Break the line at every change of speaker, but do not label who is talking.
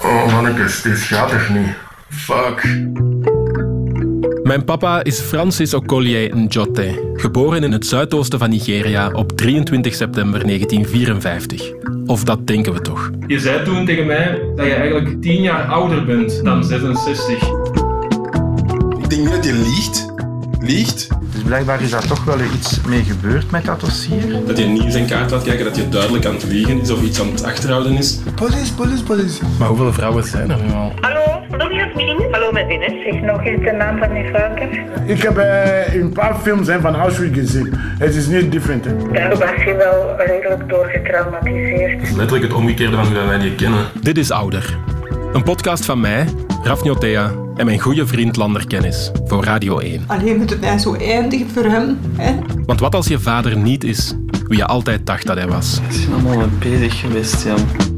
Oh mannetjes, dit gaat toch niet? Fuck.
Mijn papa is Francis Okolie Njote, geboren in het zuidoosten van Nigeria op 23 september 1954. Of dat denken we toch.
Je zei toen tegen mij dat je eigenlijk 10 jaar ouder bent dan 66.
Ik denk niet dat je liegt. Liegt?
Dus blijkbaar is daar toch wel iets mee gebeurd met dat dossier.
Dat je nieuws in kaart laat kijken, dat je duidelijk aan het liegen is of iets aan het achterhouden is.
Police, police, police.
Maar hoeveel vrouwen zijn er nu al?
Hallo, Dominus Milling. Hallo, met Ines.
Zeg nog eens de naam van die vrouwke.
Ik heb eh, een paar films hè, van Auschwitz gezien. Het is niet different. Hè.
Daar was je wel redelijk door getraumatiseerd.
Letterlijk het omgekeerde van hoe dat wij die kennen.
Dit is Ouder. Een podcast van mij, Raf Njotea en mijn goede vriend Lander Kennis voor Radio 1.
Alleen moet het nou zo eindigen voor hem. Hè?
Want wat als je vader niet is wie je altijd dacht dat hij was?
Ik ben allemaal mee bezig geweest, Jan.